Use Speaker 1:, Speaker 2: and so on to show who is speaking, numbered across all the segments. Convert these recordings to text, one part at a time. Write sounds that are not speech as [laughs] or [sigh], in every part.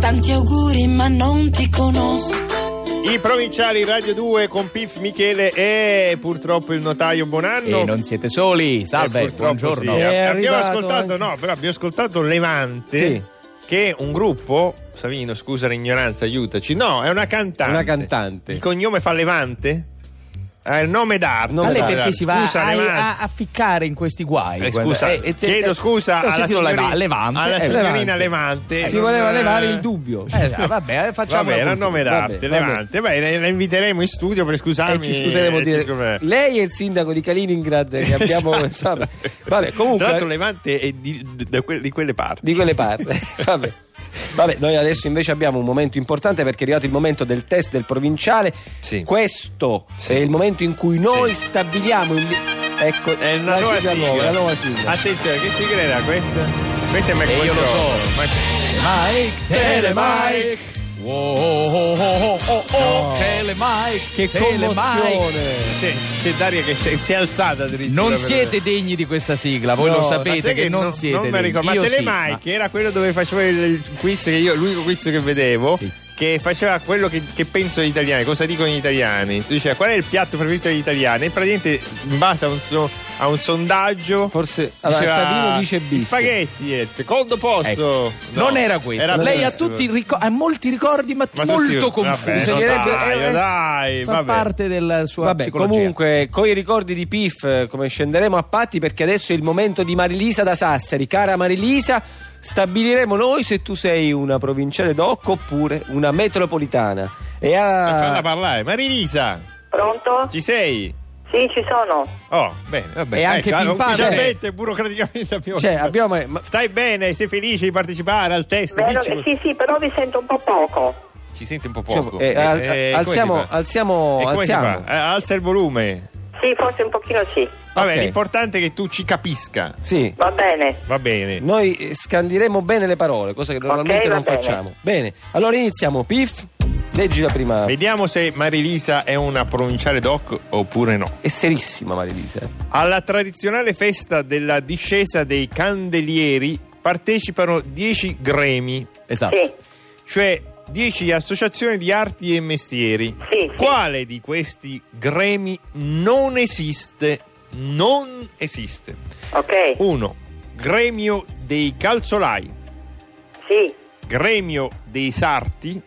Speaker 1: tanti auguri ma non ti conosco.
Speaker 2: I provinciali Radio 2 con Pif Michele e purtroppo il notaio Bonanno.
Speaker 3: E non siete soli,
Speaker 2: Eh,
Speaker 3: salve,
Speaker 2: purtroppo
Speaker 3: buongiorno. eh.
Speaker 2: sì. Eh,
Speaker 4: È
Speaker 2: Abbiamo
Speaker 4: arrivato
Speaker 2: ascoltato,
Speaker 4: anche-
Speaker 2: no, però abbiamo ascoltato Levante,
Speaker 4: Sì.
Speaker 2: che è un gruppo, Savino, scusa l'ignoranza, aiutaci. No, è una cantante.
Speaker 4: Una cantante.
Speaker 2: Il cognome fa Levante? Ha il nome d'arte.
Speaker 4: Nome
Speaker 3: Ma lei
Speaker 4: d'arte.
Speaker 3: perché si va
Speaker 2: Scusa,
Speaker 3: a,
Speaker 2: Levante.
Speaker 3: a- a ficcare in questi guai?
Speaker 2: Eh, scusa,
Speaker 3: Eh, eh,
Speaker 2: chiedo
Speaker 3: eh,
Speaker 2: scusa
Speaker 3: ho
Speaker 2: alla,
Speaker 3: sentito
Speaker 2: signorina,
Speaker 3: Leva- Levante.
Speaker 2: alla
Speaker 3: eh,
Speaker 2: signorina
Speaker 4: Levante.
Speaker 2: Levante.
Speaker 4: Si
Speaker 2: non-
Speaker 4: voleva levare il dubbio.
Speaker 3: eh, vabbè, eh, facciamo
Speaker 2: Vabbè,
Speaker 3: una
Speaker 2: era il
Speaker 3: punta.
Speaker 2: nome d'arte,
Speaker 4: Vabbè, vabbè.
Speaker 2: Levante. Beh, la- la inviteremo in studio per
Speaker 4: E
Speaker 2: scusarmi.
Speaker 4: ci scuseremo
Speaker 2: eh,
Speaker 4: dire-
Speaker 2: ci scuseremo.
Speaker 4: Lei è il sindaco di Kaliningrad [laughs]
Speaker 2: [laughs]
Speaker 4: che abbiamo.
Speaker 2: Esatto.
Speaker 4: Vabbè. Vabbè, comunque.
Speaker 2: Tra l'altro, Levante è di, da que- di quelle parti.
Speaker 4: di quelle parti.
Speaker 2: [laughs]
Speaker 4: Vabbè. Vabbè, noi adesso invece abbiamo un momento importante perché è arrivato il momento del test del provinciale.
Speaker 2: Sì.
Speaker 4: Questo è il momento in cui noi stabiliamo il. Ecco,
Speaker 2: È una
Speaker 4: la
Speaker 2: nuova
Speaker 4: sigla
Speaker 2: sigla.
Speaker 4: nuova, la nuova sigla.
Speaker 2: Attenzione, che sigla era questa? Questa è Mike
Speaker 3: Eh, io lo
Speaker 2: Monroe.
Speaker 3: so.
Speaker 2: Ma-
Speaker 3: Mike, Telemike. Oh, oh, oh, oh, oh,
Speaker 4: No.
Speaker 3: Telemike,
Speaker 4: Che
Speaker 3: Telemike.
Speaker 4: commozione!
Speaker 2: C'è, c'è Daria che si è, si è alzata addirittura.
Speaker 3: Non
Speaker 2: per-
Speaker 3: siete degni di questa sigla, voi
Speaker 4: No,
Speaker 3: lo
Speaker 4: ma
Speaker 2: Ma sai
Speaker 3: sapete che, non
Speaker 2: no-
Speaker 3: siete.
Speaker 2: non me
Speaker 3: degni.
Speaker 2: ricordo, ma
Speaker 3: Io sì,
Speaker 2: Telemai,
Speaker 3: ma-
Speaker 2: che era quello dove faceva il il quiz, che io, l'unico quiz che vedevo,
Speaker 4: Sì.
Speaker 2: che faceva quello che, che pensano gli italiani, cosa dicono gli italiani. Tu diceva qual è il piatto preferito degli italiani? E praticamente in base a un, so- a un sondaggio.
Speaker 4: Forse allora,
Speaker 2: diceva,
Speaker 4: Savino dice
Speaker 2: "Gli
Speaker 4: bis.
Speaker 2: Spaghetti, è il secondo posto.
Speaker 3: Ecco.
Speaker 2: No,
Speaker 3: non era questo.
Speaker 2: era
Speaker 3: Lei ha,
Speaker 2: bellissimo.
Speaker 3: tutti i ricor- ha molti ricordi, ma,
Speaker 2: Ma tutti-
Speaker 3: molto confusi.
Speaker 2: vabbè, no,
Speaker 3: Bisognerebbe-
Speaker 2: dai,
Speaker 3: eh, eh,
Speaker 2: dai,
Speaker 3: fa
Speaker 2: vabbè.
Speaker 3: parte della sua
Speaker 4: Vabbè,
Speaker 3: psicologia.
Speaker 4: comunque, con i ricordi di Pif, eh, come scenderemo a patti, perché adesso è il momento di Marilisa da Sassari. Cara Marilisa, stabiliremo noi se tu sei una provinciale doc oppure una metropolitana. E
Speaker 2: Ma
Speaker 4: a...
Speaker 2: Falla parlare, Marilisa,
Speaker 5: Pronto?
Speaker 2: ci sei?
Speaker 5: Sì, ci sono.
Speaker 2: Oh, bene, vabbè.
Speaker 3: E anche
Speaker 2: ecco, allora,
Speaker 3: pimpante.
Speaker 2: ufficialmente, burocraticamente abbiamo-
Speaker 4: Cioè, abbiamo... ma-
Speaker 2: Stai bene? Sei felice di partecipare al test?
Speaker 5: Vero
Speaker 2: Dici-
Speaker 5: che- sì, sì, però vi sento un po' poco.
Speaker 2: Ci sente un po'
Speaker 4: Cioè,
Speaker 2: poco.
Speaker 4: eh, al- alziamo-
Speaker 2: come si fa?
Speaker 4: alziamo-
Speaker 2: E come si
Speaker 4: alziamo.
Speaker 2: fa? Eh, alza il volume.
Speaker 5: Sì, forse un pochino sì.
Speaker 2: Vabbè,
Speaker 4: Ok.
Speaker 2: l'importante è che tu ci capisca.
Speaker 4: Sì,
Speaker 5: Va bene.
Speaker 2: Va bene.
Speaker 4: noi eh, scandiremo bene le parole, cosa che normalmente
Speaker 5: va
Speaker 4: non
Speaker 5: bene.
Speaker 4: facciamo. Bene, allora iniziamo. Pif, leggi la prima.
Speaker 2: Vediamo se Marilisa è una provinciale doc oppure no.
Speaker 4: È serissima Marilisa.
Speaker 2: Alla tradizionale festa della discesa dei candelieri partecipano 10 gremi,
Speaker 3: Esatto.
Speaker 5: Sì,
Speaker 2: cioè 10 associazioni di arti e mestieri.
Speaker 5: sì. sì.
Speaker 2: Quale di questi gremi non esiste? Non esiste.
Speaker 5: Ok.
Speaker 2: 1. Gremio dei calzolai.
Speaker 5: Sì,
Speaker 2: Gremio dei sarti,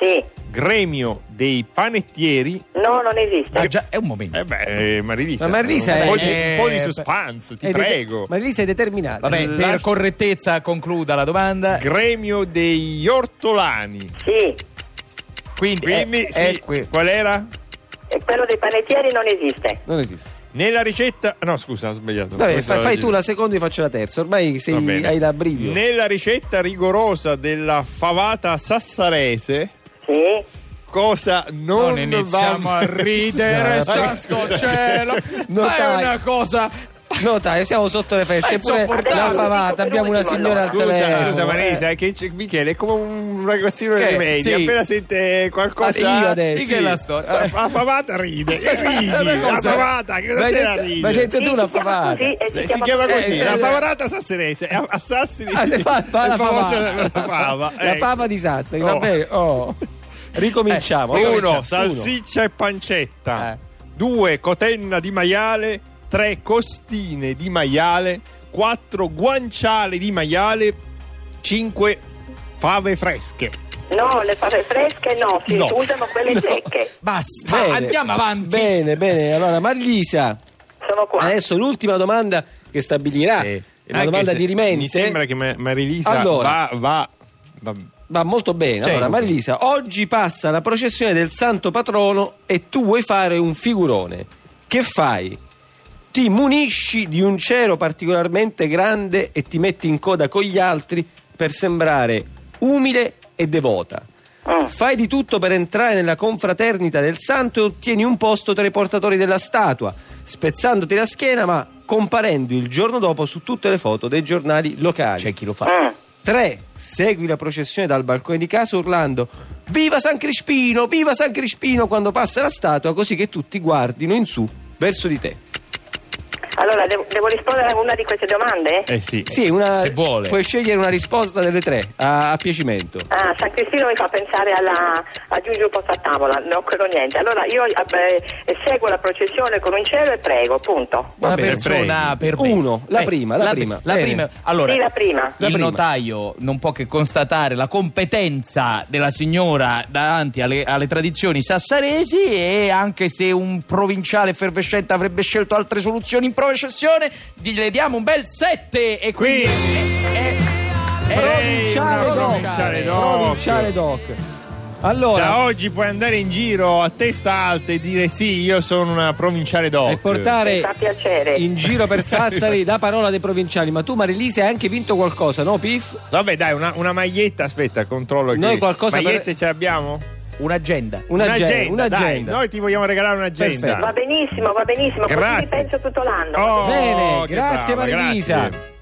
Speaker 5: sì.
Speaker 2: gremio dei panettieri.
Speaker 5: No, non esiste.
Speaker 3: Ah, già, è un momento.
Speaker 2: Eh beh, eh, Marilisa.
Speaker 4: Ma Marilisa
Speaker 2: un, po
Speaker 4: è-
Speaker 2: di, un po' di
Speaker 3: eh,
Speaker 2: suspense, ti
Speaker 4: È dete-
Speaker 2: prego.
Speaker 4: Marilisa è determinata.
Speaker 3: Vabbè,
Speaker 4: La-
Speaker 3: per correttezza concluda la domanda.
Speaker 2: Gremio degli ortolani.
Speaker 5: Sì.
Speaker 3: Quindi,
Speaker 2: Quindi,
Speaker 3: eh,
Speaker 2: sì,
Speaker 3: eh, que-
Speaker 2: qual era?
Speaker 5: E quello dei panettieri non esiste.
Speaker 4: Non esiste.
Speaker 2: Nella ricetta. No, scusa, ho sbagliato.
Speaker 4: Vabbè,
Speaker 2: Questa
Speaker 4: fai,
Speaker 2: la
Speaker 4: fai
Speaker 2: giro.
Speaker 4: tu la seconda e io faccio la terza. Ormai
Speaker 2: Va
Speaker 4: sei,
Speaker 2: bene.
Speaker 4: hai la brivio.
Speaker 2: Nella ricetta rigorosa della favata sassarese,
Speaker 5: Sì.
Speaker 2: cosa non,
Speaker 3: non iniziamo
Speaker 2: va
Speaker 3: a
Speaker 4: [laughs]
Speaker 3: ridere,
Speaker 4: No,
Speaker 3: santo [laughs]
Speaker 2: scusa.
Speaker 3: cielo.
Speaker 4: No,
Speaker 3: Ma è
Speaker 4: dai.
Speaker 3: una cosa.
Speaker 4: No, dai, siamo sotto
Speaker 3: È
Speaker 4: le
Speaker 2: Ah,
Speaker 4: feste. Eppure la
Speaker 3: insopportabile.
Speaker 4: favata, abbiamo una
Speaker 5: Scusa,
Speaker 4: signora al
Speaker 2: Scusa,
Speaker 4: telefono.
Speaker 2: scusa Marisa,
Speaker 4: Eh,
Speaker 2: è che c'è- Michele è come un ragazzino
Speaker 3: Che-
Speaker 2: delle medie,
Speaker 3: sì.
Speaker 2: appena sente qualcosa...
Speaker 4: Ah, io adesso.
Speaker 3: Di che è la storia?
Speaker 2: La la favata ride, che ridi,
Speaker 3: ma
Speaker 2: la
Speaker 3: cosa-
Speaker 2: favata, che Ah, cosa
Speaker 4: L'hai
Speaker 2: c'è da
Speaker 4: detto, l'hai
Speaker 2: ridere?
Speaker 4: detto tu la favata.
Speaker 5: Così, e
Speaker 2: Eh, Si chiama così,
Speaker 4: eh,
Speaker 2: la
Speaker 4: sì,
Speaker 2: favorata sasserese, eh, assassini.
Speaker 4: Ah, se fa, fa
Speaker 2: il
Speaker 4: la
Speaker 2: famoso-
Speaker 4: fava.
Speaker 2: la fava,
Speaker 4: La
Speaker 2: eh.
Speaker 4: fava di Sassari,
Speaker 2: Oh. Eh,
Speaker 4: va bene. oh. Ricominciamo.
Speaker 2: Uno,
Speaker 4: ricominciamo.
Speaker 2: salsiccia e pancetta.
Speaker 4: Eh.
Speaker 2: Due, cotenna di maiale. Tre, costine di maiale. Quattro, guanciale di maiale. Cinque, fave fresche.
Speaker 5: No, le fave fresche no,
Speaker 2: [laughs]
Speaker 5: si
Speaker 2: No.
Speaker 5: usano quelle secche.
Speaker 3: Basta,
Speaker 4: Bene.
Speaker 3: andiamo avanti.
Speaker 4: Bene, bene. Allora, Marilisa,
Speaker 5: Sono qua.
Speaker 2: Eh.
Speaker 4: adesso l'ultima domanda che stabilirà.
Speaker 2: Sì.
Speaker 4: È Eh, una
Speaker 2: Anche
Speaker 4: domanda
Speaker 2: se
Speaker 4: di rimente.
Speaker 2: Mi sembra che Ma- Marilisa
Speaker 4: Allora.
Speaker 2: va, va, va-
Speaker 4: Va molto bene.
Speaker 3: Sì.
Speaker 4: Allora, Marilisa, oggi passa la processione del Santo Patrono e tu vuoi fare un figurone. Che fai? Ti munisci di un cero particolarmente grande e ti metti in coda con gli altri per sembrare umile e devota.
Speaker 5: Mm.
Speaker 4: Fai di tutto per entrare nella confraternita del santo e ottieni un posto tra i portatori della statua, spezzandoti la schiena ma comparendo il giorno dopo su tutte le foto dei giornali locali.
Speaker 3: C'è chi lo fa.
Speaker 5: Mm.
Speaker 4: 3. Segui la processione dal balcone di casa urlando Viva San Crispino, viva San Crispino quando passa la statua così che tutti guardino in su verso di te.
Speaker 5: Allora, devo, devo rispondere a una di queste domande?
Speaker 3: Eh sì.
Speaker 4: Sì, una-
Speaker 3: Se vuole.
Speaker 4: puoi scegliere una risposta delle tre a, a piacimento.
Speaker 5: Ah, San Cristino mi fa pensare alla, a Giulio Portatavola, non credo niente. Allora io eh, beh, seguo la processione con un cielo e prego, punto.
Speaker 3: Una
Speaker 4: Va bene,
Speaker 3: persona per bene.
Speaker 4: Uno, la
Speaker 3: Eh,
Speaker 4: prima, la
Speaker 3: pri-
Speaker 4: prima.
Speaker 3: La
Speaker 4: Bene.
Speaker 3: prima. Allora,
Speaker 5: Sì, la prima.
Speaker 4: La
Speaker 3: il
Speaker 4: prima.
Speaker 3: notaio non può che constatare la competenza della signora davanti alle, alle tradizioni sassaresi e anche se un provinciale effervescente avrebbe scelto altre soluzioni in processione, gli le diamo un bel 7 e quindi... eh, eh, eh,
Speaker 2: Provinciale
Speaker 4: doc.
Speaker 2: provinciale doc.
Speaker 4: Provinciale doc.
Speaker 2: Da
Speaker 4: Allora,
Speaker 2: oggi puoi andare in giro a testa alta e dire sì, io sono una provinciale d'Oc.
Speaker 4: e portare
Speaker 5: Mi fa piacere.
Speaker 4: Eh, in
Speaker 2: [laughs]
Speaker 4: giro per Sassari la parola dei provinciali. Ma tu, Marilisa, hai anche vinto qualcosa, no, Pif?
Speaker 2: Vabbè, dai, una, una maglietta, aspetta, controllo.
Speaker 4: Noi
Speaker 2: che-
Speaker 4: qualcosa per-
Speaker 2: Magliette ce l'abbiamo?
Speaker 3: Un'agenda.
Speaker 4: Un'agenda.
Speaker 2: dai,
Speaker 4: Un'agenda.
Speaker 2: Noi ti vogliamo regalare un'agenda.
Speaker 4: Perfetto.
Speaker 5: Va benissimo, va benissimo, così
Speaker 2: Grazie.
Speaker 5: mi penso tutto l'anno.
Speaker 2: Oh,
Speaker 4: Bene,
Speaker 2: che
Speaker 4: grazie
Speaker 2: brava,
Speaker 4: Marilisa.
Speaker 2: grazie.